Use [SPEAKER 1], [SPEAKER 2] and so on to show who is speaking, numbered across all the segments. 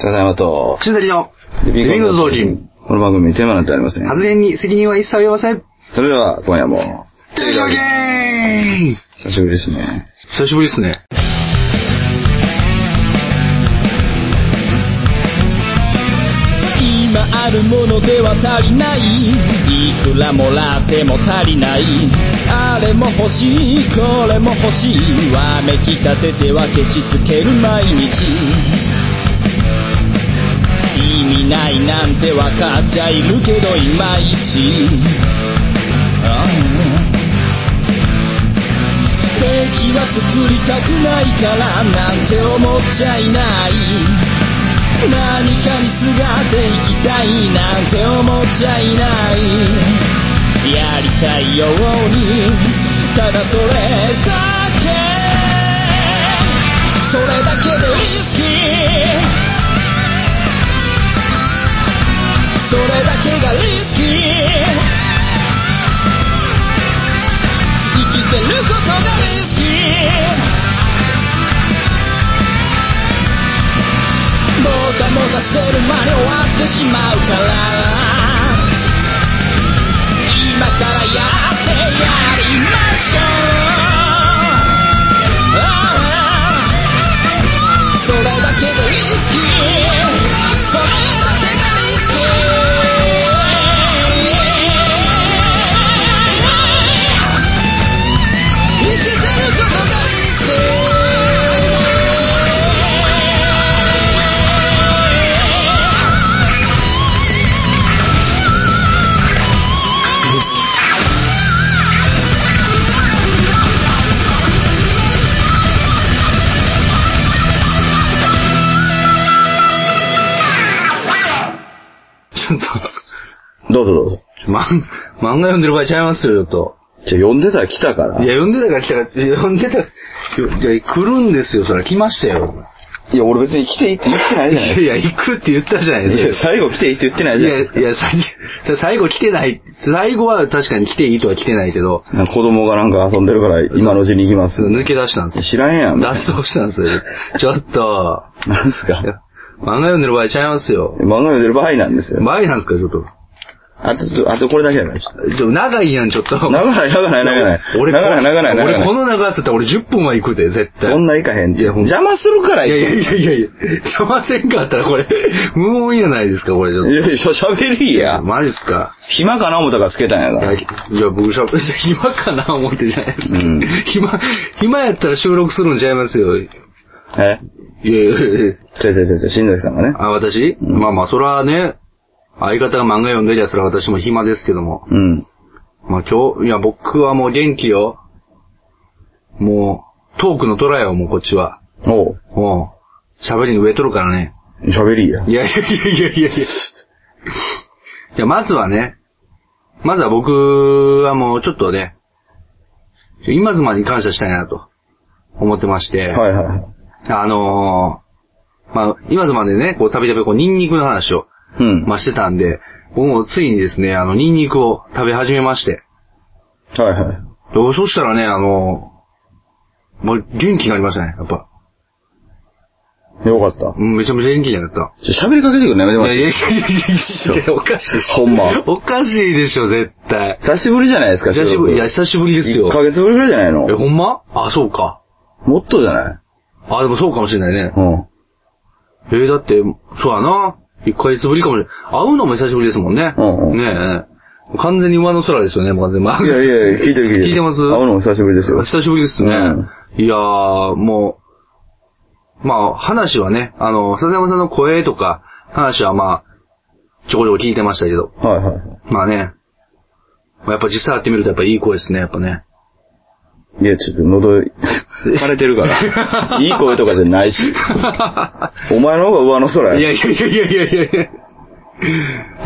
[SPEAKER 1] 高山と、
[SPEAKER 2] シンデリの、
[SPEAKER 1] リ
[SPEAKER 2] リビングの同人。
[SPEAKER 1] この番組にテーマなんてありません。
[SPEAKER 2] 発言に責任は一切及ばせん。
[SPEAKER 1] それでは、今夜も、
[SPEAKER 2] テレビのゲーム
[SPEAKER 1] 久しぶりですね。
[SPEAKER 2] 久しぶりですね。
[SPEAKER 3] 今あるものでは足りないいくらもらっても足りないあれも欲しいこれも欲しいわめきたててはケチつける毎日意味ないなんてわかっちゃいるけどいまいちああ敵は作りたくないからなんて思っちゃいない何かにすがっていきたいなんて思っちゃいないやりたいようにただそれだけそれだけでリスキーそれだけがリスキー生きてることがリスキーもたもたしてる間に終わってしまうから今からやってやりましょうああそれだけでリスキーそれだけがリスキー生きてることがリスキ
[SPEAKER 2] ちょっと、
[SPEAKER 1] どうぞどうぞ。
[SPEAKER 2] 漫、漫画読んでる場合ちゃいますよ、ちょ
[SPEAKER 1] じゃあ、呼んでたら来たか
[SPEAKER 2] っと。
[SPEAKER 1] ら。
[SPEAKER 2] い
[SPEAKER 1] い
[SPEAKER 2] や、読んでたから来たから、読んでたから、いや、来るんですよ、それ。来ましたよ。
[SPEAKER 1] や、俺別に来ていいって言ってない
[SPEAKER 2] い
[SPEAKER 1] じゃない
[SPEAKER 2] やいや、行くって言ったじゃない
[SPEAKER 1] い
[SPEAKER 2] で
[SPEAKER 1] や
[SPEAKER 2] す、か。
[SPEAKER 1] 最後来ていいって言ってない
[SPEAKER 2] い
[SPEAKER 1] じゃな
[SPEAKER 2] や、
[SPEAKER 1] い
[SPEAKER 2] いや、最近最後来てない。最後は確かに来ていいとは来てないけど、
[SPEAKER 1] なんか子供がなんか遊んでるから、今のうちに行きます。
[SPEAKER 2] 抜け出したんですよ。
[SPEAKER 1] 知らんやん。
[SPEAKER 2] 脱走したんですよ。ちょっと、
[SPEAKER 1] なんすか
[SPEAKER 2] いや漫画読んでる場合ちゃいますよ。
[SPEAKER 1] 漫画読んでる場合なんですよ。
[SPEAKER 2] 前なんですか、ちょっと。
[SPEAKER 1] あと、ちょあとこれだけやから。ちょっ
[SPEAKER 2] でも長いやん、ちょっと。
[SPEAKER 1] と長ない、長ない、長ない。
[SPEAKER 2] 俺、
[SPEAKER 1] 長ない、長ない、長
[SPEAKER 2] 俺、こ
[SPEAKER 1] ない。
[SPEAKER 2] の長さって俺10分は行くで、絶対。
[SPEAKER 1] そんないかへん。
[SPEAKER 2] いやほん
[SPEAKER 1] 邪魔するから
[SPEAKER 2] いやい
[SPEAKER 1] 行
[SPEAKER 2] やいやいやいや、邪魔せんかったらこれ、無音やないですか、これ。ちょっ
[SPEAKER 1] く。
[SPEAKER 2] と
[SPEAKER 1] いやいや、喋りや。
[SPEAKER 2] マジっすか。
[SPEAKER 1] 暇かな思ったからつけたんやか
[SPEAKER 2] いや、
[SPEAKER 1] ら。
[SPEAKER 2] いや僕しゃべ、暇かな思ってじゃないです
[SPEAKER 1] う
[SPEAKER 2] か。
[SPEAKER 1] ん
[SPEAKER 2] 暇、暇やったら収録するんちゃいますよ。い
[SPEAKER 1] え
[SPEAKER 2] やいやいやいや
[SPEAKER 1] 違う違う違う違う、新崎さんがね。
[SPEAKER 2] あ、私、まあまあ、そらね、相方が漫画読んでりゃ、そら私も暇ですけども。
[SPEAKER 1] うん。
[SPEAKER 2] まあ今日、いや、僕はもう元気よ。もう、トークの虎よ、もうこっちは。
[SPEAKER 1] おう。
[SPEAKER 2] もう、喋りに植えとるからね。
[SPEAKER 1] 喋りや。
[SPEAKER 2] いやいやいやいやいやいや。いや、まずはね、まずは僕はもうちょっとね、今妻に感謝したいなと思ってまして、
[SPEAKER 1] はいは
[SPEAKER 2] あのー、まあ、今妻でね、こうたびたびこうニンニクの話を、
[SPEAKER 1] い。うん。
[SPEAKER 2] まあ、してたんで、僕もついにですね、あの、ニンニクを食べ始めまして、
[SPEAKER 1] はいはい。
[SPEAKER 2] でそしたらね、あのー、まあ、元気になりましたね、やっぱ。
[SPEAKER 1] よかった。
[SPEAKER 2] うん、めちゃめちゃ元気になった。
[SPEAKER 1] ちょ喋りかけてくんね。
[SPEAKER 2] いやい
[SPEAKER 1] でも
[SPEAKER 2] やいやいやいやいや、おかしいでしょ。
[SPEAKER 1] ほんま
[SPEAKER 2] おかしいでしょ、絶対。
[SPEAKER 1] 久しぶりじゃないですか、
[SPEAKER 2] 久しぶり、いや、
[SPEAKER 1] 収
[SPEAKER 2] 久しぶりです
[SPEAKER 1] 録
[SPEAKER 2] よ
[SPEAKER 1] 一。ヶ月ぶりぐらいじゃないの
[SPEAKER 2] え、ほんまあ、そうか。
[SPEAKER 1] もっとじゃない
[SPEAKER 2] あ、でもそうかもしれないね。
[SPEAKER 1] うん。
[SPEAKER 2] えーだって、そうやな。一ヶ月ぶりかもしれない。会うのも久しぶりですもんね。
[SPEAKER 1] うんうん
[SPEAKER 2] ねえ。完全に上の空ですよね、もう完全に。
[SPEAKER 1] いやいや、聞いてる聞いてる。
[SPEAKER 2] 聞いてます
[SPEAKER 1] 会うのも久しぶりですよ。
[SPEAKER 2] 久しぶりですね。
[SPEAKER 1] うん
[SPEAKER 2] いやー、もう、まあ、話はね、あの、笹山さんの声とか、話はまあ、ちょこちょこ聞いてましたけど、
[SPEAKER 1] はいはい。
[SPEAKER 2] まあね、まあやっぱ実際会ってみるとやっぱいい声ですね、やっ ぱね。
[SPEAKER 1] いや、ちょっと 喉、枯れてるから。いい声とかじゃない し。お前の方が上の空
[SPEAKER 2] い
[SPEAKER 1] や。
[SPEAKER 2] やいやいやいやいやいやいや。い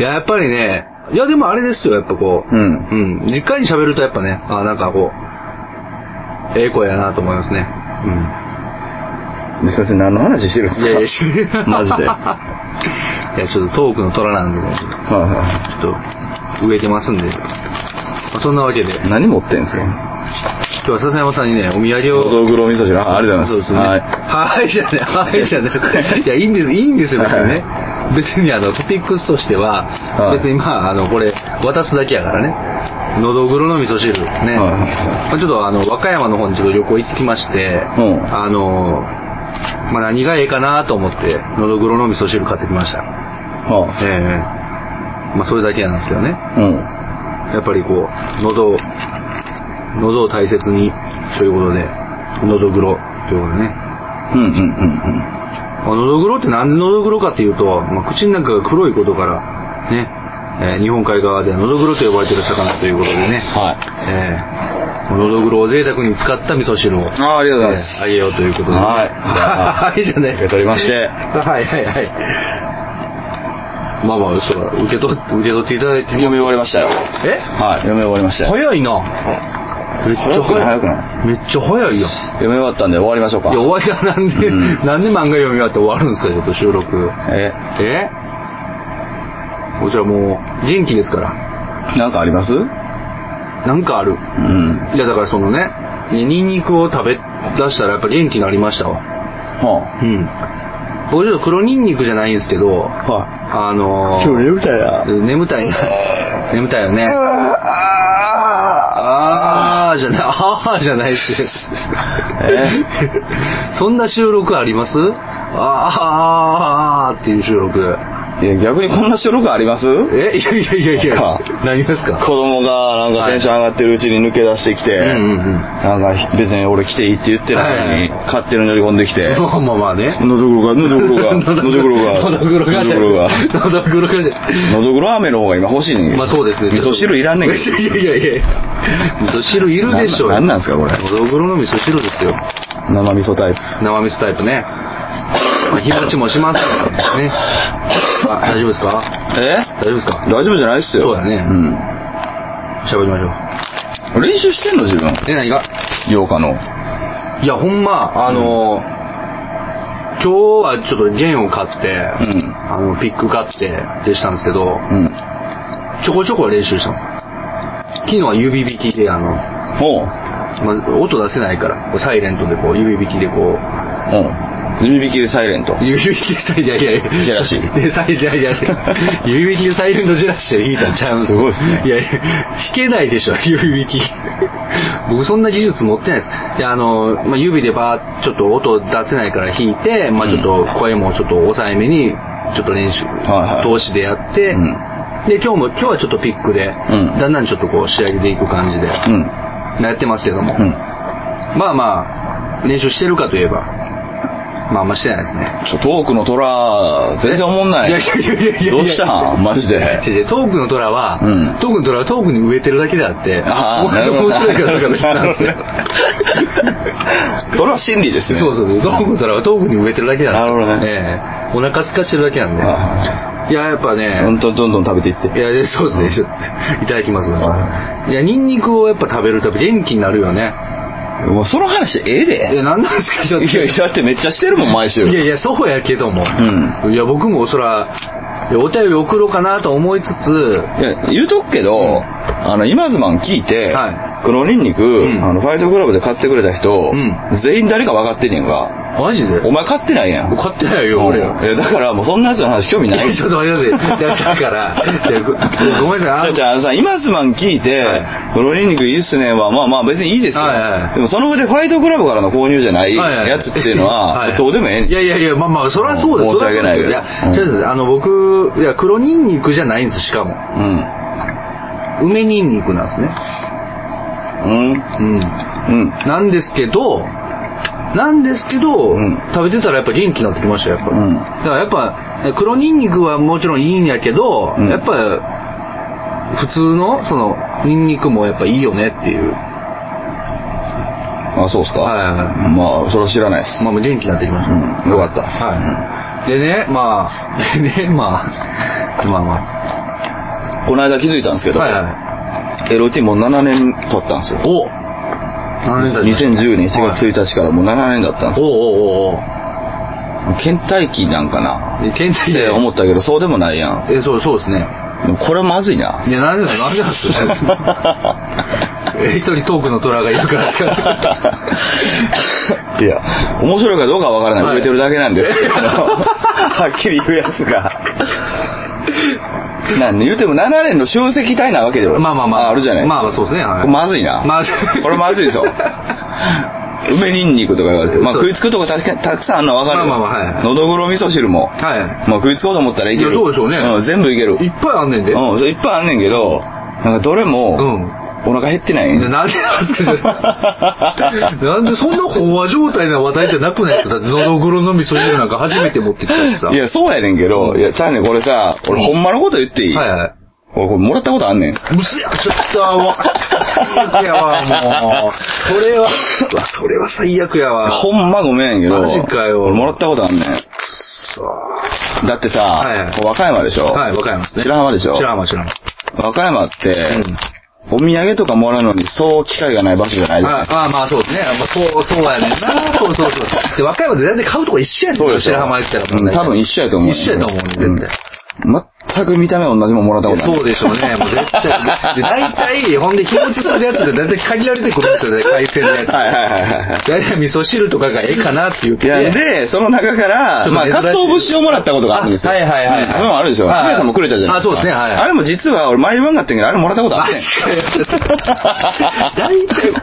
[SPEAKER 2] や、やっぱりね、いやでもあれですよ、やっぱこう、
[SPEAKER 1] うん。
[SPEAKER 2] うん、実家に喋るとやっぱね、あなんかこう、ええ声やなと思いますね。
[SPEAKER 1] すいません、何の話してるん
[SPEAKER 2] うん。いやい
[SPEAKER 1] で
[SPEAKER 2] や
[SPEAKER 1] す かマジで。はい
[SPEAKER 2] や、ちょっとトークの虎なんでね、ちょっと
[SPEAKER 1] いは
[SPEAKER 2] ちょっと、植えてますんで。まあそんなわけで、
[SPEAKER 1] い。何持ってんすか
[SPEAKER 2] 今日は笹山さんにね、お土産
[SPEAKER 1] のど
[SPEAKER 2] を。
[SPEAKER 1] ぐろ味噌汁。あありがとう
[SPEAKER 2] そう
[SPEAKER 1] ご
[SPEAKER 2] です
[SPEAKER 1] ざい
[SPEAKER 2] ね。
[SPEAKER 1] ます。はい。
[SPEAKER 2] はい、じ ゃない、はい、じゃない。いや、いいんです、いいんですよ、別にね。別にあの、トピックスとしては、
[SPEAKER 1] はい
[SPEAKER 2] 別にまあ、あの、これ、渡すだけやからね。のどぐろの味噌汁。ね。
[SPEAKER 1] は
[SPEAKER 2] まあちょっとあの、和歌山の方にちょっと旅行行ってきまして、
[SPEAKER 1] うん
[SPEAKER 2] あの、まあ何がええかなと思って、のどぐろの味噌汁買ってきました。
[SPEAKER 1] は
[SPEAKER 2] ええまあそれだけなんですけどね。
[SPEAKER 1] あ。うん。
[SPEAKER 2] やっぱりこう、喉を、喉を大切に、ということで、喉黒、ということでね。
[SPEAKER 1] うんうんうん
[SPEAKER 2] まあ喉黒ってなんで喉黒かっていうと、まあ、口の中が黒いことから、ね、えー日本海側では喉黒と呼ばれてる魚ということで
[SPEAKER 1] うん。
[SPEAKER 2] ね、
[SPEAKER 1] はい。
[SPEAKER 2] えーこの喉黒を贅沢に使った味噌汁を、
[SPEAKER 1] ああ、ありがとうございます。
[SPEAKER 2] あげようということで、
[SPEAKER 1] はい
[SPEAKER 2] はい。はい、じゃない
[SPEAKER 1] 受け取りまして
[SPEAKER 2] はいはいはい。まあまあ、そうだ受け取っ受け取っていただいてみ
[SPEAKER 1] 読
[SPEAKER 2] よう。
[SPEAKER 1] み終わりましたよ。
[SPEAKER 2] え
[SPEAKER 1] はい。読み終わりましたよ。
[SPEAKER 2] 早いな。めっちゃ
[SPEAKER 1] 早くない
[SPEAKER 2] 早
[SPEAKER 1] 早
[SPEAKER 2] い。
[SPEAKER 1] くな
[SPEAKER 2] めっちゃ早いよ。
[SPEAKER 1] 読み終わったんで終わりましょうか。
[SPEAKER 2] いや、終わりだ。なんで、
[SPEAKER 1] うん
[SPEAKER 2] なんで漫画読み終わって終わるんですか、ちょっと収録。
[SPEAKER 1] え、
[SPEAKER 2] えこちらもう、元気ですから。
[SPEAKER 1] なんかありますうん。
[SPEAKER 2] なんかある。いや、だからそのね、ニンニクを食べ出したらやっぱ元気になりましたわ。
[SPEAKER 1] は
[SPEAKER 2] うん。僕ちょっと黒ニンニクじゃないんですけど、
[SPEAKER 1] あ。は
[SPEAKER 2] あのー、
[SPEAKER 1] みたいな。
[SPEAKER 2] 眠たいな。眠たいよね。あーじゃない、あーじゃないっすよ。そんな収録ありますあーあーあーあーっていう収録。
[SPEAKER 1] いや、逆にこんな収録あります子
[SPEAKER 2] えいやいやいやいや
[SPEAKER 1] か、
[SPEAKER 2] なりますか
[SPEAKER 1] 供がなんかテンション上がってるうちに抜け出してきて、
[SPEAKER 2] うんうん
[SPEAKER 1] なんか別に俺来ていいって言ってないのに、
[SPEAKER 2] は
[SPEAKER 1] 勝手に乗り込んでき
[SPEAKER 2] う
[SPEAKER 1] て
[SPEAKER 2] ん。、まあまあまあね。
[SPEAKER 1] のどぐろが、のどぐ ろが、のどぐろが、
[SPEAKER 2] のどぐろが。
[SPEAKER 1] のどぐろが。
[SPEAKER 2] のどぐろが。
[SPEAKER 1] のどぐろ飴の方が今欲しいねんけど
[SPEAKER 2] まあそうですね。
[SPEAKER 1] 味噌汁いらんねんけど。
[SPEAKER 2] いやいやいやいや。味噌汁いるでしょうよ
[SPEAKER 1] なんなんなんすかこれ
[SPEAKER 2] のどぐろの味噌汁ですよ。
[SPEAKER 1] 生味噌タイプ。
[SPEAKER 2] 生味噌タイプね。まあ、日持ちもしますからね。あ、大丈夫ですか
[SPEAKER 1] え
[SPEAKER 2] 大丈夫ですか
[SPEAKER 1] 大丈夫じゃないっすよ。
[SPEAKER 2] そうだね喋りましょう。
[SPEAKER 1] うん。練習してんの自分。
[SPEAKER 2] え、何が
[SPEAKER 1] 8日の。
[SPEAKER 2] いや、ほんま、あの今日はちょっと弦を買って、
[SPEAKER 1] ん
[SPEAKER 2] あの、ピック買って、でしたんですけど、
[SPEAKER 1] うん。
[SPEAKER 2] ちょこちょこ練習したんです昨日は指弾きで、あの、
[SPEAKER 1] ほう。
[SPEAKER 2] まあ、音出せないから、こうサイレントでこう、指弾きでこう、
[SPEAKER 1] うん。指引きでサイレント。
[SPEAKER 2] 指引きでサイレント、いやいやいや。
[SPEAKER 1] ジェラシー
[SPEAKER 2] で、サイレント、いや いや指引きでサイレントジェラシーを弾いたんちゃうん
[SPEAKER 1] すごいっすね
[SPEAKER 2] いやいや、弾けないでしょ、指引き。僕そんな技術持ってないです。いや、あの、まあ、指でバーッちょっと音出せないから弾いて、まあ、ちょっと声もちょっと抑えめに、ちょっと練習、
[SPEAKER 1] はいはい
[SPEAKER 2] 通しでやって、
[SPEAKER 1] うん
[SPEAKER 2] で、今日も、今日はちょっとピックで、
[SPEAKER 1] ん
[SPEAKER 2] だんだんちょっとこう仕上げていく感じで、
[SPEAKER 1] うん。
[SPEAKER 2] やってますけども、
[SPEAKER 1] うん。
[SPEAKER 2] まあまあ、練習してるかといえば、まああんましてないですね。
[SPEAKER 1] ちょ、トークの虎、全然おもんない。
[SPEAKER 2] いやいやいやいやいや
[SPEAKER 1] どうしたんマジで。
[SPEAKER 2] 違う違うトークの虎は、
[SPEAKER 1] うん
[SPEAKER 2] トークの虎はトークに植えてるだけであって、
[SPEAKER 1] ああ
[SPEAKER 2] もうちょっと面白いかどうか別なんですよ。
[SPEAKER 1] それは真理ですね。
[SPEAKER 2] そうそうそう、トークの虎はトークに植えてるだけなんですよ
[SPEAKER 1] なるほどね
[SPEAKER 2] ええお腹空かしてるだけなんで。
[SPEAKER 1] あ
[SPEAKER 2] いや、やっぱね、
[SPEAKER 1] どんどんどんどん食べていって。
[SPEAKER 2] いや、でそうですね、ちょっといただきます。
[SPEAKER 1] はい
[SPEAKER 2] や、ニンニクをやっぱ食べると元気になるよね。
[SPEAKER 1] もうその話ええ
[SPEAKER 2] いや、
[SPEAKER 1] で。
[SPEAKER 2] なんなんですか、ちょっと。
[SPEAKER 1] いや、だってめっちゃしてるもん、毎週。
[SPEAKER 2] いやいや、そうやけども。
[SPEAKER 1] う
[SPEAKER 2] いや、僕もそら、いやお便り送ろうかなと思いつつ、
[SPEAKER 1] いや、言うとくけど、あの、今ズマン聞いて、
[SPEAKER 2] は
[SPEAKER 1] 黒ニンニク、
[SPEAKER 2] ん
[SPEAKER 1] あの、ファイトクラブで買ってくれた人、
[SPEAKER 2] うん
[SPEAKER 1] 全員誰か分かってんねんが、
[SPEAKER 2] マジで
[SPEAKER 1] お前買ってないやん。
[SPEAKER 2] 買ってないよ、俺。
[SPEAKER 1] うんいや、だからもうそんなやつの話興味
[SPEAKER 2] い
[SPEAKER 1] ない
[SPEAKER 2] や、
[SPEAKER 1] でし
[SPEAKER 2] ち
[SPEAKER 1] ょ
[SPEAKER 2] ょっ。と待ってください。いやだ から、いやごごめんなさい。あ
[SPEAKER 1] じゃあ、あのさ、今ズマン聞いて、黒ニンニクいいっすねは、まあまあ別にいいですよ。
[SPEAKER 2] はいはい
[SPEAKER 1] でもその上でファイトクラブからの購入じゃない
[SPEAKER 2] はいはい
[SPEAKER 1] やつっていうのは、
[SPEAKER 2] い
[SPEAKER 1] どうでもええねん
[SPEAKER 2] いやいやいや、まあまあ、そりゃそうです。
[SPEAKER 1] 申し訳ないけど
[SPEAKER 2] いや、ちょっと
[SPEAKER 1] う
[SPEAKER 2] あの、僕、いや、黒ニンニクじゃないんです、しかも。梅ニンニクなんですね。
[SPEAKER 1] うん。うん。
[SPEAKER 2] うん。
[SPEAKER 1] うん。
[SPEAKER 2] なんですけど、なんですけど、
[SPEAKER 1] うん
[SPEAKER 2] 食べてたらやっぱ元気になってきましたよ、やっぱ。
[SPEAKER 1] うん
[SPEAKER 2] だからやっぱ、ね黒ニンニクはもちろんいいんやけど、
[SPEAKER 1] うん
[SPEAKER 2] やっぱ、普通の、その、ニンニクもやっぱいいよねっていう。
[SPEAKER 1] あ、そうっすか。
[SPEAKER 2] はいはいは
[SPEAKER 1] まあ、それは知らないです。
[SPEAKER 2] まあもう元気になってきました。
[SPEAKER 1] うん。よかった。
[SPEAKER 2] はい。でね、まあ、で ね、まあ、まあま
[SPEAKER 1] この間気づいたんですけ
[SPEAKER 2] あ。
[SPEAKER 1] ど、
[SPEAKER 2] はいは
[SPEAKER 1] LT もう7年経ったんですよ。
[SPEAKER 2] い。お何年経ちました
[SPEAKER 1] 2010年7月1日からもう7年だったんですよ。
[SPEAKER 2] おおおうおう
[SPEAKER 1] 倦怠期なんかな
[SPEAKER 2] おう。え検
[SPEAKER 1] っ
[SPEAKER 2] 体
[SPEAKER 1] て
[SPEAKER 2] で
[SPEAKER 1] 思ったけど、そうでもないやん。
[SPEAKER 2] え、そう、そうですね。
[SPEAKER 1] でもこれまずいな。
[SPEAKER 2] いや、何でだ、何でだっす。一人トークの虎がいるからですから。
[SPEAKER 1] いや、面白いかどうかはわからない。
[SPEAKER 2] はい
[SPEAKER 1] 売れてるだけなんです けど、はっきり言うやつが。なんで言うても7年の集積体なわけでは
[SPEAKER 2] まあまあまあ。
[SPEAKER 1] あるじゃない
[SPEAKER 2] まあまあそうですね。はい
[SPEAKER 1] これまずいな。
[SPEAKER 2] まずい
[SPEAKER 1] これまずいぞ。梅ニンニクとか言われて。まあ
[SPEAKER 2] そう
[SPEAKER 1] 食いつくとこたくさんたくさんあるのはわかるよ。
[SPEAKER 2] まあまあまあはい
[SPEAKER 1] のどぐろ味噌汁も。
[SPEAKER 2] は
[SPEAKER 1] まあ食いつこうと思ったらいける。
[SPEAKER 2] いやそうでしょうね
[SPEAKER 1] ん、全部いける。
[SPEAKER 2] い。いっぱいあんねんで。
[SPEAKER 1] うん、それいっぱいあんねんけど、なんかどれも、
[SPEAKER 2] うん
[SPEAKER 1] お腹減ってないね。
[SPEAKER 2] なんでなんですかなんでそんな飽和状態な話題じゃなくないですかだってのどぐろの味噌汁なんか初めて持ってきたしさ。
[SPEAKER 1] いや、そうやねんけど、いや、ちゃうねん、これさ、俺ほんまのこと言っていい、
[SPEAKER 2] はいはい。
[SPEAKER 1] 俺これもらったことあんねん。
[SPEAKER 2] むすや、ちょっと、わ、最悪やわ、もう。それは、うわそれは最悪やわ。
[SPEAKER 1] ほんまごめんやけど、
[SPEAKER 2] マジかよ
[SPEAKER 1] 俺もらったことあんねん。
[SPEAKER 2] さ
[SPEAKER 1] だってさ、
[SPEAKER 2] はいはい
[SPEAKER 1] こう和歌山でしょ、
[SPEAKER 2] あはい、わかりますね。
[SPEAKER 1] 白浜でしょ
[SPEAKER 2] 白浜、白浜。
[SPEAKER 1] 和歌山って、
[SPEAKER 2] うん
[SPEAKER 1] お土産とかもらうのにそう機会がない場所じゃないじゃない
[SPEAKER 2] ああ、まあそうですね。まあ、そう、そうやねんな。そうそうそう。で、和歌山で大体買うとこ一緒やねん
[SPEAKER 1] そうでしょ
[SPEAKER 2] 白浜行ったら
[SPEAKER 1] うん多分一緒やと思う
[SPEAKER 2] 一緒やと思うね、
[SPEAKER 1] うん
[SPEAKER 2] 絶対。
[SPEAKER 1] 全く見た目同じもんもらったことない。
[SPEAKER 2] そうでしょうね。もう絶 対。で、大体、ほんで日持ちするやつで大体限られてくるんですよね、海鮮のやつ。
[SPEAKER 1] はいはいはいはいはい。
[SPEAKER 2] 大体味噌汁とかがええかなって言って。
[SPEAKER 1] いや、で、その中から、
[SPEAKER 2] ちょっと
[SPEAKER 1] まあ、
[SPEAKER 2] 珍しい
[SPEAKER 1] かつお節をもらったことがあるんですよ。
[SPEAKER 2] あはいはいはいはい
[SPEAKER 1] うんそれもあるでしょ。
[SPEAKER 2] はい
[SPEAKER 1] 花屋さんもくれたじゃない
[SPEAKER 2] あそうですねはいはい
[SPEAKER 1] あれも実は、俺、前言わんかったんやけど、あれもらったことあ
[SPEAKER 2] マ
[SPEAKER 1] っ
[SPEAKER 2] ジ
[SPEAKER 1] てん。
[SPEAKER 2] かよ。大体、く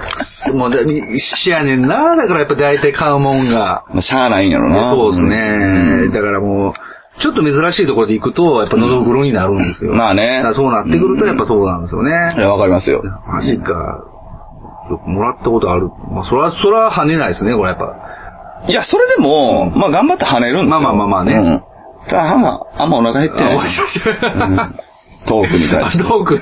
[SPEAKER 2] そもうだ、一緒やねんな。だからやっぱ大体買うもんが。
[SPEAKER 1] まあ、しゃあないんやろな。
[SPEAKER 2] そうですね。だからもう、ちょっと珍しいところで行くと、やっぱ喉黒になるんですよ。
[SPEAKER 1] うんまあね
[SPEAKER 2] だからそうなってくると、やっぱそうなんですよね。
[SPEAKER 1] うん。いや、わかりますよ。
[SPEAKER 2] マジか。よくもらったことある。まあ、そら、そら跳ねないですね、これやっぱ。
[SPEAKER 1] いや、それでも、まあ、頑張って跳ねるんですよ。
[SPEAKER 2] まあまあまあまあね
[SPEAKER 1] うん。ただ、母あんまお腹 減ってない。うんトークに対して。
[SPEAKER 2] トーク、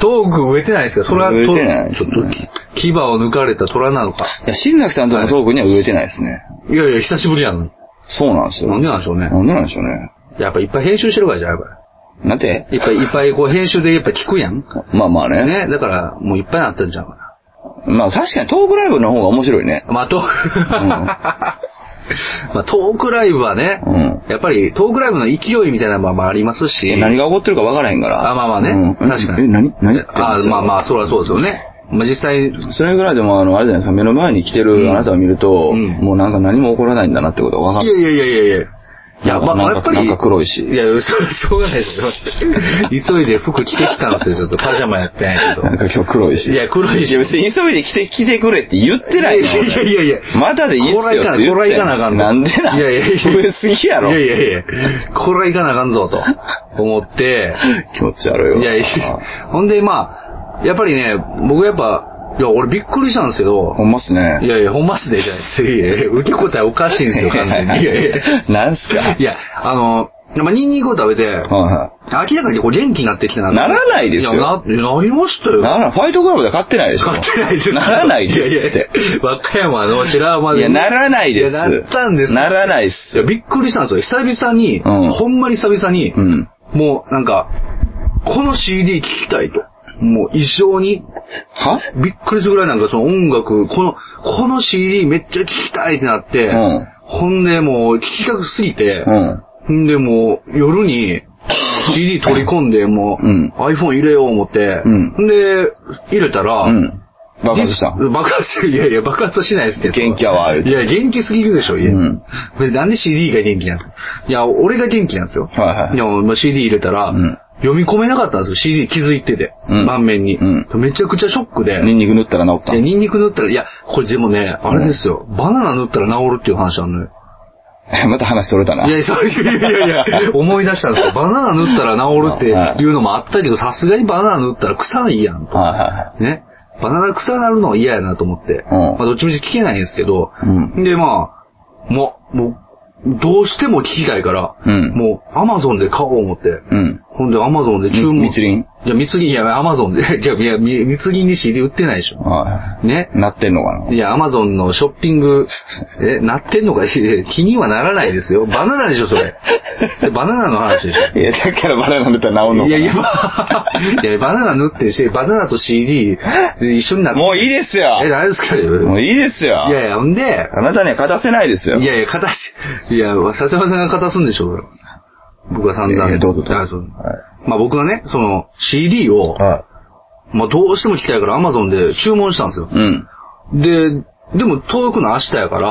[SPEAKER 2] トーク植えてないですかそれは、
[SPEAKER 1] 植えてないです
[SPEAKER 2] ちょ
[SPEAKER 1] ね
[SPEAKER 2] っとき、牙を抜かれた虎なのか。
[SPEAKER 1] いや、新崎さんとのトークには植えてないですね。
[SPEAKER 2] いやいや、久しぶりやのに。
[SPEAKER 1] そうなんですよ。
[SPEAKER 2] なんでなんでしょうね。
[SPEAKER 1] なんでなんでしょうね。
[SPEAKER 2] やっぱいっぱい編集してるからじゃん、やっぱ
[SPEAKER 1] なんて
[SPEAKER 2] り。いっぱいいっぱいこう編集でやっぱ聞くやん。
[SPEAKER 1] まあまあね。
[SPEAKER 2] ね。だから、もういっぱいなったんちゃうかな。
[SPEAKER 1] まあ確かにトークライブの方が面白いね。
[SPEAKER 2] まあ、トーク、 まあ、トークライブはね、
[SPEAKER 1] うん
[SPEAKER 2] やっぱりトークライブの勢いみたいなのもまあありますし、
[SPEAKER 1] え何が起こってるか分からへんから。
[SPEAKER 2] あ、まあまあね。
[SPEAKER 1] うん
[SPEAKER 2] 確かに。
[SPEAKER 1] え、何何って
[SPEAKER 2] あまあまあ、そりゃそうですよね。まあ実際、
[SPEAKER 1] それぐらいでも、あの、あれじゃないですか、目の前に来てるあなたを見ると、
[SPEAKER 2] うん
[SPEAKER 1] もうなんか何も起こらないんだなってことが分か
[SPEAKER 2] い
[SPEAKER 1] る。
[SPEAKER 2] やいやいやいやいや。いや、まあ、
[SPEAKER 1] なんか
[SPEAKER 2] やっぱり。
[SPEAKER 1] なんか黒いし
[SPEAKER 2] いや、それはしょうがないですよ。 急いで服着てきたんですよ、ちょ っと。パジャマやってないけど
[SPEAKER 1] なん。か今日黒いし。
[SPEAKER 2] いや、黒い
[SPEAKER 1] い
[SPEAKER 2] し。
[SPEAKER 1] や別に急いで来て、来てくれって言ってない
[SPEAKER 2] い
[SPEAKER 1] の。
[SPEAKER 2] やいやいやいや。
[SPEAKER 1] まだでいいっすよ
[SPEAKER 2] こらいかな、
[SPEAKER 1] って言って
[SPEAKER 2] こらいかなあかんと
[SPEAKER 1] なんでなん
[SPEAKER 2] いやいやいや。
[SPEAKER 1] 増えすぎやろ
[SPEAKER 2] いやいやいや。こらいかなあかんぞ、と思って。
[SPEAKER 1] 気持ち悪いわ。
[SPEAKER 2] いやいや。ほんで、まあ、やっぱりね、僕やっぱ、いや、俺びっくりしたんですけど、
[SPEAKER 1] ほんまっすね。
[SPEAKER 2] いやいや、ほんまっすね、じゃないです。いやいや、受け答えおかしいんですよ、完全に。 いやいや。
[SPEAKER 1] なんすか
[SPEAKER 2] いや、あの、まあ、ニンニクを食べて、
[SPEAKER 1] はいは
[SPEAKER 2] 明らかにこう元気になってきたなと
[SPEAKER 1] ならないですよ
[SPEAKER 2] いや、な、なりました
[SPEAKER 1] い。
[SPEAKER 2] よ。
[SPEAKER 1] なら、ファイトクラブで勝ってないでしょ。
[SPEAKER 2] なってないです。
[SPEAKER 1] ならないですって。
[SPEAKER 2] いやいや、和歌山の白浜
[SPEAKER 1] い
[SPEAKER 2] で
[SPEAKER 1] や、
[SPEAKER 2] ね。
[SPEAKER 1] ならないです。
[SPEAKER 2] やなったんです。
[SPEAKER 1] ならないっ
[SPEAKER 2] い
[SPEAKER 1] す。
[SPEAKER 2] や、びっくりしたんですよ。久々に、
[SPEAKER 1] うん
[SPEAKER 2] ほんまに久々に、
[SPEAKER 1] うん。
[SPEAKER 2] もうなんか、この CD 聴きたいと。もう異常に、
[SPEAKER 1] は
[SPEAKER 2] びっくりするぐらいなんかその音楽、この、この CD めっちゃ聴きたいってなって、
[SPEAKER 1] うん
[SPEAKER 2] ほんでもう聴きたくすぎて、
[SPEAKER 1] うん。
[SPEAKER 2] ほんでもう夜に CD 取り込んで、もう、
[SPEAKER 1] うん
[SPEAKER 2] iPhone 入れよう思って、
[SPEAKER 1] うん
[SPEAKER 2] ほんで、入れたら、
[SPEAKER 1] うん。爆発した。
[SPEAKER 2] で爆発、いやいや、爆発はしないですけど。
[SPEAKER 1] 元気やわ言うて
[SPEAKER 2] いや、元気すぎるでしょ、いや。
[SPEAKER 1] うん
[SPEAKER 2] これなんで CD が元気なんですかいや、俺が元気なんですよ。
[SPEAKER 1] はいはい
[SPEAKER 2] や、まあ CD 入れたら、
[SPEAKER 1] うん
[SPEAKER 2] 読み込めなかったんですよ、CD 気づいてて。
[SPEAKER 1] うん
[SPEAKER 2] 盤面に、
[SPEAKER 1] う
[SPEAKER 2] めちゃくちゃショックで。
[SPEAKER 1] ニンニク塗ったら治った
[SPEAKER 2] いや、。ニンニク塗ったら、いや、これでもね、あれですよ、バナナ塗ったら治るっていう話あるのよ。
[SPEAKER 1] また話それたな。
[SPEAKER 2] いや、そういう、いやいやいや、思い出したんですよ。バナナ塗ったら治るっていうのもあったけど、さすがにバナナ塗ったら草ないやんと。
[SPEAKER 1] はいはいは
[SPEAKER 2] ね。バナナ草なるのは嫌やなと思って。
[SPEAKER 1] うん
[SPEAKER 2] まあどっちみち聞けないんですけど。
[SPEAKER 1] う
[SPEAKER 2] で、まあ、もう、もう、どうしても聞きたいから、
[SPEAKER 1] うん
[SPEAKER 2] もう、アマゾンで買おう思って。
[SPEAKER 1] い。うん。
[SPEAKER 2] ほんで、アマゾンで注文。
[SPEAKER 1] み密林
[SPEAKER 2] いや、密林、いや、アマゾンで。 じゃあ、いや、み密林に CD 売ってないでしょ。
[SPEAKER 1] は
[SPEAKER 2] ね
[SPEAKER 1] い。。なってんのかない
[SPEAKER 2] や、アマゾンのショッピング、え、なってんのか いや気にはならないですよ。バナナでしょ、それ。それバナナの話でしょ。
[SPEAKER 1] いや、だからバナナ塗ったら治んのか
[SPEAKER 2] いや
[SPEAKER 1] ない
[SPEAKER 2] や、まあいや、バナナ塗ってし、バナナと CD で一緒になって。
[SPEAKER 1] もういいですよ
[SPEAKER 2] え、何ですか
[SPEAKER 1] もう
[SPEAKER 2] ね
[SPEAKER 1] いいですよ
[SPEAKER 2] いやいや、ほんで、
[SPEAKER 1] あなたには勝たせないですよ。
[SPEAKER 2] いやいや、片し、いや、笹山さんが片すんでしょうよ。僕は散々。
[SPEAKER 1] いやいやどうぞどうぞ
[SPEAKER 2] あそう
[SPEAKER 1] は
[SPEAKER 2] まあ僕はね、その CD を
[SPEAKER 1] は
[SPEAKER 2] まあどうしても聞きたいからアマゾンで注文したんですよ。
[SPEAKER 1] うん。
[SPEAKER 2] で、でも届くの明日やから、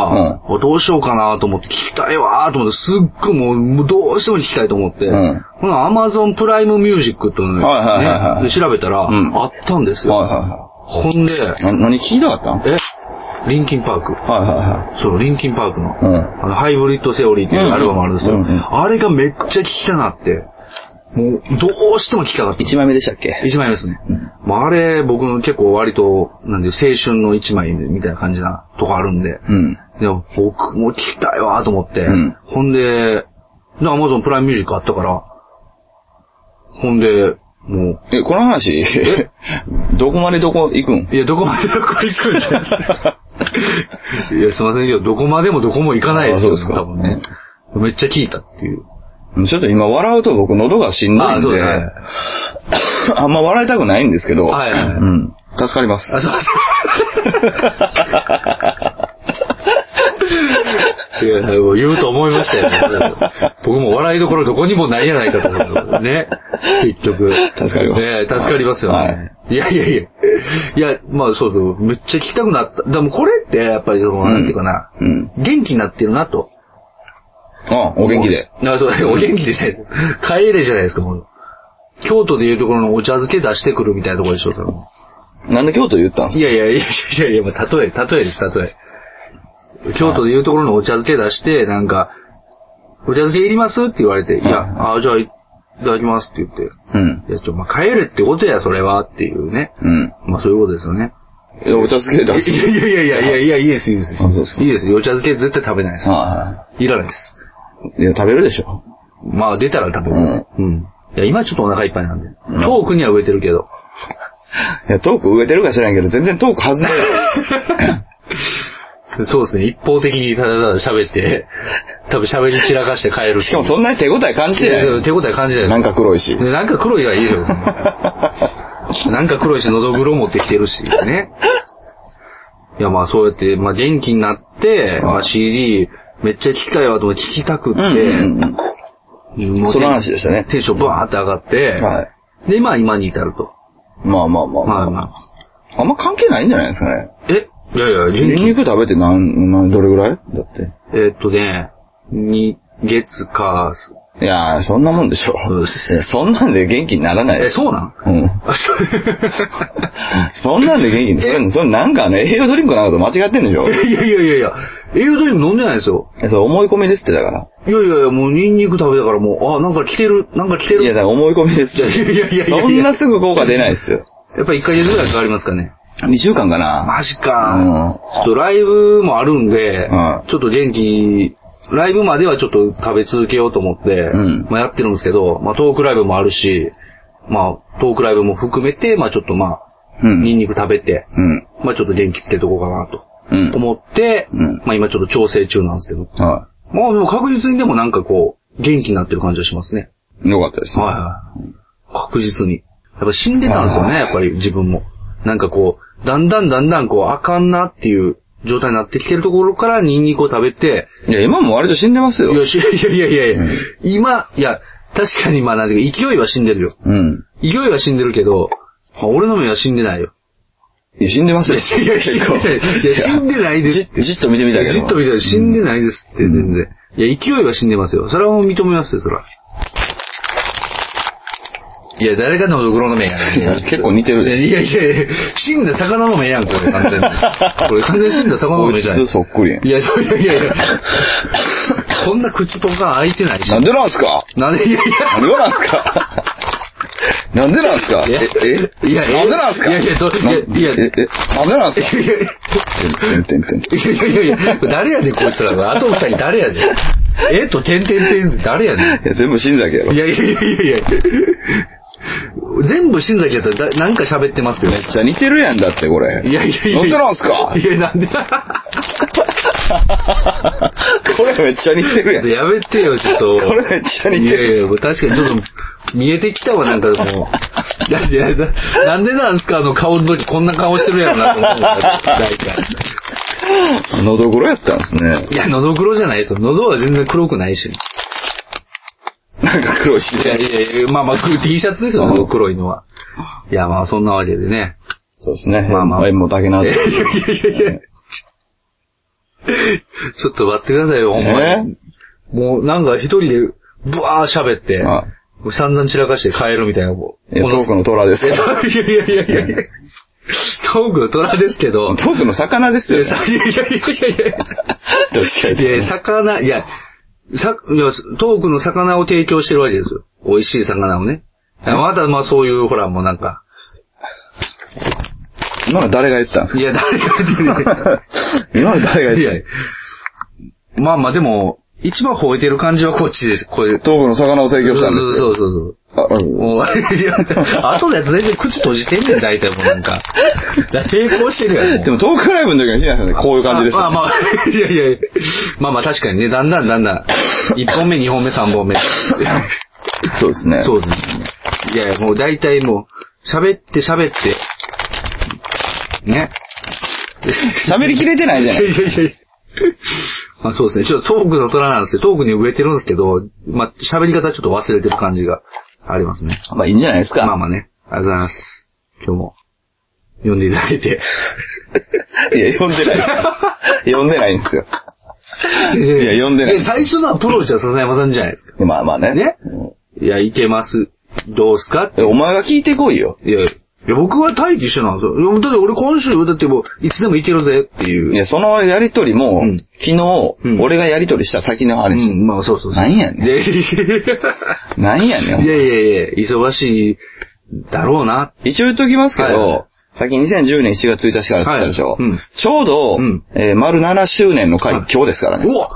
[SPEAKER 1] う
[SPEAKER 2] あどうしようかなと思って、聞きたいわーと思って、すっごいもう、もうどうしても聞きたいと思って、
[SPEAKER 1] うん
[SPEAKER 2] この Amazon プライムミュージックというのね、
[SPEAKER 1] はいはいはいはい
[SPEAKER 2] で調べたら、
[SPEAKER 1] うん
[SPEAKER 2] あったんですよ。
[SPEAKER 1] はいは
[SPEAKER 2] ほんで、
[SPEAKER 1] いはい。な、何聞きたかったんはい
[SPEAKER 2] え、リンキンパーク。
[SPEAKER 1] は
[SPEAKER 2] そう、リンキンパークの、
[SPEAKER 1] いは
[SPEAKER 2] あの、ハイブリッドセオリーっていうアルバムあるんですけど、
[SPEAKER 1] うんうんうんうん
[SPEAKER 2] あれがめっちゃ聞きたなって、もう、どうしても聞きたかっ
[SPEAKER 1] い。
[SPEAKER 2] た。
[SPEAKER 1] うん。一枚目でしたっけ
[SPEAKER 2] 一枚目ですね。まあ、あれ、僕の結構割と、なんで、青春の一枚みたいな感じなとこあるんで、
[SPEAKER 1] うん。
[SPEAKER 2] でも僕も聞きたいわーと思って、
[SPEAKER 1] うん
[SPEAKER 2] ほんで、で、アマゾンプライムミュージックあったから、ほんで、もう、
[SPEAKER 1] え、この話、 どこまでどこ行くん
[SPEAKER 2] いや、どこまでどこ行くんじゃ ないですか。いや、すいませんけど、どこまでもどこも行かないですよ、
[SPEAKER 1] あそうですか
[SPEAKER 2] 多分ね。めっちゃ聞いたっていう。
[SPEAKER 1] ちょっと今笑うと僕喉がしんどいんで、
[SPEAKER 2] ね。
[SPEAKER 1] あんま笑いたくないんですけど、
[SPEAKER 2] はいはいはい
[SPEAKER 1] うん。助かります。
[SPEAKER 2] あ、そう そう。いや、でも言うと思いましたよ。僕も笑いどころどこにもないやないかと思って。ね。結局。
[SPEAKER 1] 助かります
[SPEAKER 2] ね助かりますよね。
[SPEAKER 1] はい
[SPEAKER 2] い、やいやいや。いや、まあそうそう。めっちゃ聞きたくなった。でもこれって、やっぱりその、
[SPEAKER 1] うん
[SPEAKER 2] なんていうかな。
[SPEAKER 1] うん。
[SPEAKER 2] 元気になってるなと。
[SPEAKER 1] あ、お元気で。。
[SPEAKER 2] あ、 そう、お元気でね。帰れじゃないですか、もう。京都でいうところのお茶漬け出してくるみたいなところでしょ、それも。
[SPEAKER 1] なんで京都言ったん
[SPEAKER 2] いやいやいやいやいや、まあ、例え、例えです、例え。京都でいうところのお茶漬け出して、なんか、お茶漬けいりますって言われて、いや、あじゃあ、いただきますって言って。
[SPEAKER 1] うん。
[SPEAKER 2] いや、ちょ、まあ、帰れってことや、それは、っていうね。
[SPEAKER 1] うん。
[SPEAKER 2] まあ、そういうことですよね。
[SPEAKER 1] えお茶漬け
[SPEAKER 2] いや
[SPEAKER 1] 出
[SPEAKER 2] い
[SPEAKER 1] す。
[SPEAKER 2] やいやいやいやいや、いいです、いいです。
[SPEAKER 1] あそうですか
[SPEAKER 2] いいです。お茶漬け絶対食べないで す。
[SPEAKER 1] はい
[SPEAKER 2] らないです。
[SPEAKER 1] い。いや、食べるでしょ。
[SPEAKER 2] まあ、出たら食べる。うん。いや、今ちょっとお腹いっぱいなんで。
[SPEAKER 1] うん
[SPEAKER 2] 遠くには植えてるけど。
[SPEAKER 1] いや、トーク植えてるか知らんけど、全然トーク弾んで る。
[SPEAKER 2] そうですね。一方的にただただ喋って、 多分喋り散らかして帰る。
[SPEAKER 1] しかもそんなに手応え感じて
[SPEAKER 2] いやそう
[SPEAKER 1] ない。
[SPEAKER 2] 手応え感じない
[SPEAKER 1] なんか黒いし。
[SPEAKER 2] でなんか黒いはいいで しょ。別になんか黒いし、喉黒持ってきてるし、ね。いや、まあそうやって、まあ元気になって、まあ CD、めっちゃ聞きたいわと思って聞きたくっ
[SPEAKER 1] うんうん
[SPEAKER 2] て、もう
[SPEAKER 1] その話でしたね
[SPEAKER 2] テンションバーって上がって、
[SPEAKER 1] うん。はい。
[SPEAKER 2] で、まあ今に至ると。
[SPEAKER 1] まあまあまあま
[SPEAKER 2] ま
[SPEAKER 1] あ。
[SPEAKER 2] あまあ。
[SPEAKER 1] あんま関係ないんじゃないですかね。
[SPEAKER 2] えいやいや、元
[SPEAKER 1] ニン
[SPEAKER 2] 気
[SPEAKER 1] ニ。ク食べてなん、なんどれぐらいだって。
[SPEAKER 2] えーっとね、に、月、火、す
[SPEAKER 1] いやー、そんなもんでしょ。
[SPEAKER 2] そうで
[SPEAKER 1] いやそんなんで元気にならない
[SPEAKER 2] え、
[SPEAKER 1] です。
[SPEAKER 2] そう なん
[SPEAKER 1] うん。
[SPEAKER 2] あそう
[SPEAKER 1] そんなんで元気に、それ、それなんかね、栄養ドリンクなんかと間違ってんでしょ
[SPEAKER 2] いやいやいやいや、栄養ドリンク飲んでないですよ。
[SPEAKER 1] えそれ思い込みですってだから。
[SPEAKER 2] いやいやいや、もうニンニク食べたからもう、あ、なんか来てる、なんか来てる。
[SPEAKER 1] いや、だから思い込みですって。
[SPEAKER 2] いやいやいやいやいや
[SPEAKER 1] そんなすぐ効果出ないですよ。
[SPEAKER 2] やっぱ1ヶ月ぐらいかかりますかね。
[SPEAKER 1] 2週間かな。
[SPEAKER 2] マジか。
[SPEAKER 1] うん
[SPEAKER 2] ちょっとライブもあるんで、
[SPEAKER 1] うん
[SPEAKER 2] ちょっと元気、ライブまではちょっと食べ続けようと思って、
[SPEAKER 1] ん
[SPEAKER 2] まあやってるんですけど、まあトークライブもあるし、まあトークライブも含めて、まあちょっとまあ、
[SPEAKER 1] うん
[SPEAKER 2] ニンニク食べて、
[SPEAKER 1] うん。
[SPEAKER 2] まあちょっと元気つけとこうかなと。
[SPEAKER 1] うん。
[SPEAKER 2] 思って、
[SPEAKER 1] うん
[SPEAKER 2] まあ今ちょっと調整中なんですけど。
[SPEAKER 1] は
[SPEAKER 2] まあでも確実にでもなんかこう、元気になってる感じがしますね。
[SPEAKER 1] い。よかったですね。
[SPEAKER 2] はいはい。確実に。やっぱ死んでたんですよね、やっぱり自分も。なんかこう、だんだんだんだんこう、あかんなっていう状態になってきてるところからニンニクを食べて、
[SPEAKER 1] い。や、今も割と死んでます
[SPEAKER 2] い
[SPEAKER 1] よ。
[SPEAKER 2] や、しいやいやいやいや、今、いや、確かにまあなんていうか、勢いは死んでるよ。
[SPEAKER 1] うん。
[SPEAKER 2] 勢いは死んでるけど、まあ俺の目は死んでないよ。
[SPEAKER 1] いや、死んでますよ。
[SPEAKER 2] いや、死んでない。いや、死んでないですって。
[SPEAKER 1] じじっと見てみたけど。
[SPEAKER 2] じっと見たら死んでないですって、全然。いや、勢いは死んでますよ。それはもう認めますよ、それは。いや、誰かのドクロの目やね
[SPEAKER 1] いや結構似てるで。
[SPEAKER 2] いやいやいや、死んだ魚の目やん、こ れ、完全に。これ、完全に死んだ魚の目じゃない
[SPEAKER 1] こいつそっくりやん
[SPEAKER 2] いや、そういやいやいや。こんな口ポカ開いてないし。
[SPEAKER 1] なんでなんすか
[SPEAKER 2] なんで、いやいや。
[SPEAKER 1] 何がなんすかなんでなんすか
[SPEAKER 2] いや
[SPEAKER 1] ええ
[SPEAKER 2] いや
[SPEAKER 1] なんでなんすか
[SPEAKER 2] いやいやどいやいや
[SPEAKER 1] なえ、え、なんでなんす
[SPEAKER 2] い
[SPEAKER 1] か
[SPEAKER 2] やいや
[SPEAKER 1] てんてんてんてん
[SPEAKER 2] いやいやいやいや、誰やねん、こいつら。あと二人誰やねん。えっと、てんてんてんって誰やねん。
[SPEAKER 1] いや、全部新崎やろ。
[SPEAKER 2] い
[SPEAKER 1] めっ
[SPEAKER 2] やいやいやいやいや。全部新崎やったらだ、なんか喋ってますよね。
[SPEAKER 1] ちゃ似てるやんだって、これ。
[SPEAKER 2] いやいやいや。
[SPEAKER 1] なんでなんすか
[SPEAKER 2] いや、なんで
[SPEAKER 1] これめっちゃ似てるやん。
[SPEAKER 2] やめてよ、ちょっと。
[SPEAKER 1] これめっちゃ似てる
[SPEAKER 2] いやいや、もう確かにちょっと、見えてきたわ、なんかもう。だっていやななんでなんすか、あの顔の時こんな顔してるやろな、と思うんだけど大体。
[SPEAKER 1] 喉黒やったんですね。
[SPEAKER 2] いや、喉黒じゃないですよ。喉は全然黒くないし。
[SPEAKER 1] なんか黒いし
[SPEAKER 2] いやい
[SPEAKER 1] ね。
[SPEAKER 2] やいや、まあまあ、T シャツですよ、
[SPEAKER 1] うん
[SPEAKER 2] この黒いのは。いや、まあそんなわけでね。
[SPEAKER 1] そうですね。
[SPEAKER 2] まあまあ
[SPEAKER 1] はいもうだけな。
[SPEAKER 2] いやいやいやいや。ちょっと待ってくださいよ、ほんまに。もうなんか一人で、ブワー喋って、
[SPEAKER 1] まあ
[SPEAKER 2] 散々散らかして帰るみたいな。こ
[SPEAKER 1] いやトークの虎です
[SPEAKER 2] い
[SPEAKER 1] か
[SPEAKER 2] や
[SPEAKER 1] ら。
[SPEAKER 2] いやいやいやいや。トークの虎ですけど、
[SPEAKER 1] トークの魚です
[SPEAKER 2] いや
[SPEAKER 1] よ
[SPEAKER 2] い。やいやいやいや。
[SPEAKER 1] どっちか言うと
[SPEAKER 2] で、魚、いや、さ、いや、トークの魚を提供してるわけですよ。美味しい魚をね。また、まあそういう、ほら、もうなんか、
[SPEAKER 1] 今の誰が言ったんです
[SPEAKER 2] い
[SPEAKER 1] か
[SPEAKER 2] や、誰が言って る
[SPEAKER 1] 今の誰が
[SPEAKER 2] い
[SPEAKER 1] 言
[SPEAKER 2] や
[SPEAKER 1] っ
[SPEAKER 2] いやまあまあでも、一番吠えてる感じはこっちです。これ
[SPEAKER 1] たん。トークの魚を提供したんですよ。
[SPEAKER 2] そうそうそう
[SPEAKER 1] ああ
[SPEAKER 2] そう。もう、いや、後のやつ全然口閉じてんねん、大体もうなんか。並行してるやん。もう
[SPEAKER 1] でもトークライブの時にしないですよね。こういう感じですよ。
[SPEAKER 2] あまあまあ、いやいやいや。まあまあ確かにね、だんだんだんだん。1本目、2本目、3本目。
[SPEAKER 1] そうですね。
[SPEAKER 2] そうですね。いやいや、もう大体もう、喋って喋って。ね。
[SPEAKER 1] 喋りきれてないじゃない
[SPEAKER 2] いやいやいや。まあそうですね。ちょっとトークの虎なんですけど、トークに植えてるんですけど、まあ喋り方ちょっと忘れてる感じがありますね。
[SPEAKER 1] まあいいんじゃないですか。
[SPEAKER 2] まあまあね。ありがとうございます。今日も、呼んでいただいて。
[SPEAKER 1] いや、呼んでないです。呼んでないんですよ。いや呼んでない
[SPEAKER 2] や最初のアプローチは笹山さんじゃないですか。
[SPEAKER 1] まあまあね。
[SPEAKER 2] ね
[SPEAKER 1] うん
[SPEAKER 2] いや、いけます。どうすか
[SPEAKER 1] えお前が聞いてこいよ。
[SPEAKER 2] いや、いや僕は待機してなんですよいや。だって俺今週、だってもう、いつでもいけるぜっていう。
[SPEAKER 1] いや、そのやりとりも、
[SPEAKER 2] うん
[SPEAKER 1] 昨日、
[SPEAKER 2] うん
[SPEAKER 1] 俺がやりとりした先の
[SPEAKER 2] う
[SPEAKER 1] 話。
[SPEAKER 2] ん、まあそうそうそう。
[SPEAKER 1] なんやねん
[SPEAKER 2] でい
[SPEAKER 1] なんやね
[SPEAKER 2] や
[SPEAKER 1] ん。
[SPEAKER 2] いやいや、忙しいだろうな。
[SPEAKER 1] 一応言っときますけど、
[SPEAKER 2] はい
[SPEAKER 1] さっき2010年7月1日からって言ったでしょ。
[SPEAKER 2] はいうん
[SPEAKER 1] ちょうど、
[SPEAKER 2] うん
[SPEAKER 1] えー丸7周年の回、
[SPEAKER 2] はい
[SPEAKER 1] 今日ですからね。
[SPEAKER 2] お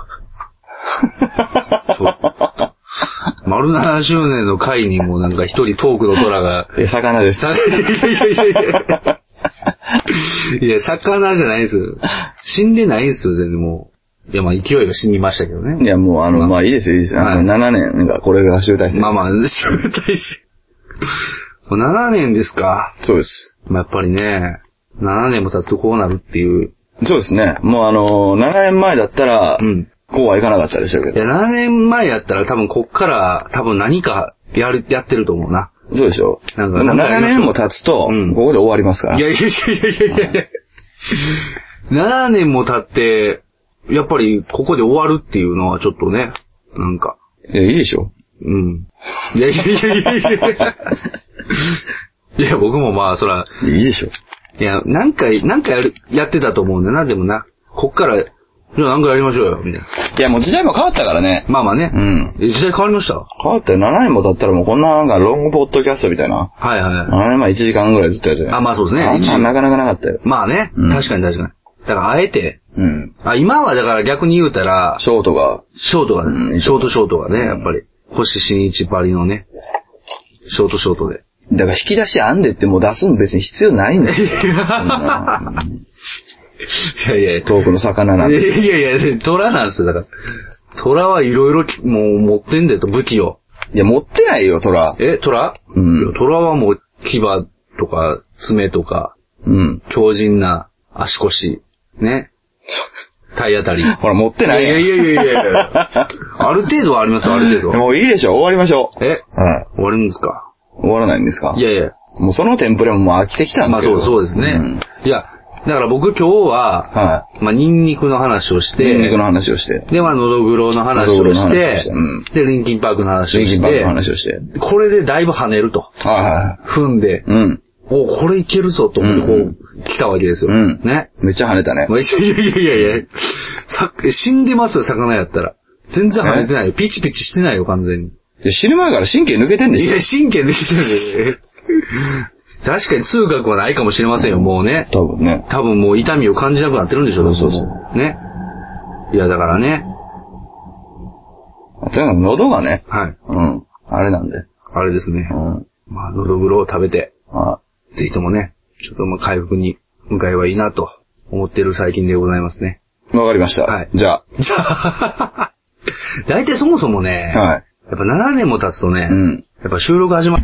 [SPEAKER 2] 丸7周年の会にもなんか一人トークの虎が、
[SPEAKER 1] え魚です。
[SPEAKER 2] さいやいやいやいや。いや、魚じゃないですよ。死んでないですよ、全然もう。いや、まあ勢いが死にましたけどね。
[SPEAKER 1] いや、もう、あの、まあいいですよ、いいですよ。あの、7年が、これが集大成です。
[SPEAKER 2] まあまあ、集大成。もう7年ですか。
[SPEAKER 1] そうです。
[SPEAKER 2] まあやっぱりね、7年も経つとこうなるっていう。
[SPEAKER 1] そうですね。もう、あのー、7年前だったら、
[SPEAKER 2] うん。
[SPEAKER 1] こうはいかなかったでしょうけ
[SPEAKER 2] い
[SPEAKER 1] ど。
[SPEAKER 2] や、7年前やったら多分こっから多分何かやる、やってると思うな。
[SPEAKER 1] そうでしょう。
[SPEAKER 2] なんか
[SPEAKER 1] でも
[SPEAKER 2] なんか
[SPEAKER 1] 7
[SPEAKER 2] あります
[SPEAKER 1] 年も経つと、
[SPEAKER 2] うん
[SPEAKER 1] ここで終わりますから。
[SPEAKER 2] いやいやいやいやいやいや。7年も経って、やっぱりここで終わるっていうのはちょっとね、なんか、
[SPEAKER 1] いや、いいでしょ。
[SPEAKER 2] うん。いやいやいやいやいやいや、僕もまあ、そら、
[SPEAKER 1] いいでしょ。
[SPEAKER 2] いや、何回、何回やる、やってたと思うんだよな、でもな。こっから、じゃあ何回やりましょうよ、みたいな。
[SPEAKER 1] いや、もう時代も変わったからね。
[SPEAKER 2] まあまあね。
[SPEAKER 1] うん
[SPEAKER 2] え時代変わりましたは
[SPEAKER 1] 変わったよ。7年も経ったらもうこんななんかロングポッドキャストみたいな。
[SPEAKER 2] いはいはい。
[SPEAKER 1] 7年前1時間ぐらいずっとやってた
[SPEAKER 2] あまあそうですね
[SPEAKER 1] あんななかなかなかったよ。
[SPEAKER 2] まあね、
[SPEAKER 1] うん
[SPEAKER 2] 確かに確かに。だからあえて、
[SPEAKER 1] うん。
[SPEAKER 2] あ、今はだから逆に言うたら、
[SPEAKER 1] ショートが、
[SPEAKER 2] ショートが、
[SPEAKER 1] うん
[SPEAKER 2] ショートショートがね、やっぱり、星新一バリのね、ショートショート で。
[SPEAKER 1] だから引き出しあんでってもう出すの別に必要ないん だよ。
[SPEAKER 2] いやいやいや、
[SPEAKER 1] トークの魚なん
[SPEAKER 2] い
[SPEAKER 1] て。
[SPEAKER 2] やいやいや、虎なんですよ、だから。虎はいろいろきもう持ってんだよと、武器を。
[SPEAKER 1] いや、持ってないよ、虎。
[SPEAKER 2] え、虎
[SPEAKER 1] うん
[SPEAKER 2] いや虎はもう牙とか爪とか、
[SPEAKER 1] うん。
[SPEAKER 2] 強靭な足腰、ね。体当たり。い
[SPEAKER 1] ほら、持ってな
[SPEAKER 2] や
[SPEAKER 1] い
[SPEAKER 2] い
[SPEAKER 1] や
[SPEAKER 2] や
[SPEAKER 1] ん
[SPEAKER 2] いやいやいやい やある程度はありますよ、ある程度。
[SPEAKER 1] もういいでしょ、終わりましょう。
[SPEAKER 2] え、
[SPEAKER 1] はい。
[SPEAKER 2] 終わるんですか
[SPEAKER 1] 終わらないんですか
[SPEAKER 2] いやいや。
[SPEAKER 1] もうそのテンプレももう飽きてきたん
[SPEAKER 2] ま
[SPEAKER 1] です
[SPEAKER 2] あ
[SPEAKER 1] よ。
[SPEAKER 2] そう、そうですね。
[SPEAKER 1] ん
[SPEAKER 2] いや、だから僕今日は、
[SPEAKER 1] は
[SPEAKER 2] まあニンニクの話をし
[SPEAKER 1] い。
[SPEAKER 2] て、
[SPEAKER 1] ニンニクの話をして。
[SPEAKER 2] で、まあ、ノドグロの話
[SPEAKER 1] ノドグロ
[SPEAKER 2] を
[SPEAKER 1] の
[SPEAKER 2] し、
[SPEAKER 1] 話をしててうん
[SPEAKER 2] で、リンキンパークの話
[SPEAKER 1] シン
[SPEAKER 2] を
[SPEAKER 1] キン
[SPEAKER 2] し
[SPEAKER 1] パーク
[SPEAKER 2] て
[SPEAKER 1] の、話をして。
[SPEAKER 2] これでだいぶ跳ねると。
[SPEAKER 1] はいは
[SPEAKER 2] 踏んで
[SPEAKER 1] い。、うん。
[SPEAKER 2] おこれいけるぞと思って、こう、来たわけですよ。
[SPEAKER 1] うん
[SPEAKER 2] ね。
[SPEAKER 1] めっちゃ跳ねたね
[SPEAKER 2] ま。あいやいやいやいやいやさ死んでますよ、魚やったら。全然跳ねてないよ。ピチピチしてないよ、完全に。
[SPEAKER 1] いや死ぬ前から神経抜けてんで
[SPEAKER 2] い
[SPEAKER 1] しょ
[SPEAKER 2] や、神経できてる確かに痛覚はないかもしれませんよ、もうね。
[SPEAKER 1] 多分ね。
[SPEAKER 2] 多分もう痛みを感じなくなってるんでしょう、
[SPEAKER 1] そうそうそう
[SPEAKER 2] もうね。いや、だからね。
[SPEAKER 1] とにかく喉がね、
[SPEAKER 2] はい。
[SPEAKER 1] うん。あれなんで。
[SPEAKER 2] あれですね
[SPEAKER 1] う。ん。
[SPEAKER 2] まあ、喉黒を食べて、
[SPEAKER 1] まあ、
[SPEAKER 2] ぜひともね、ちょっとまあ回復に向かえばいいなと思ってる最近でございま すね。
[SPEAKER 1] わかりました。
[SPEAKER 2] はい
[SPEAKER 1] じゃ
[SPEAKER 2] じゃあ、大体そもそもね、
[SPEAKER 1] あ、はい。
[SPEAKER 2] やっぱ7年も経つとね、
[SPEAKER 1] うん
[SPEAKER 2] やっぱ収録始まっ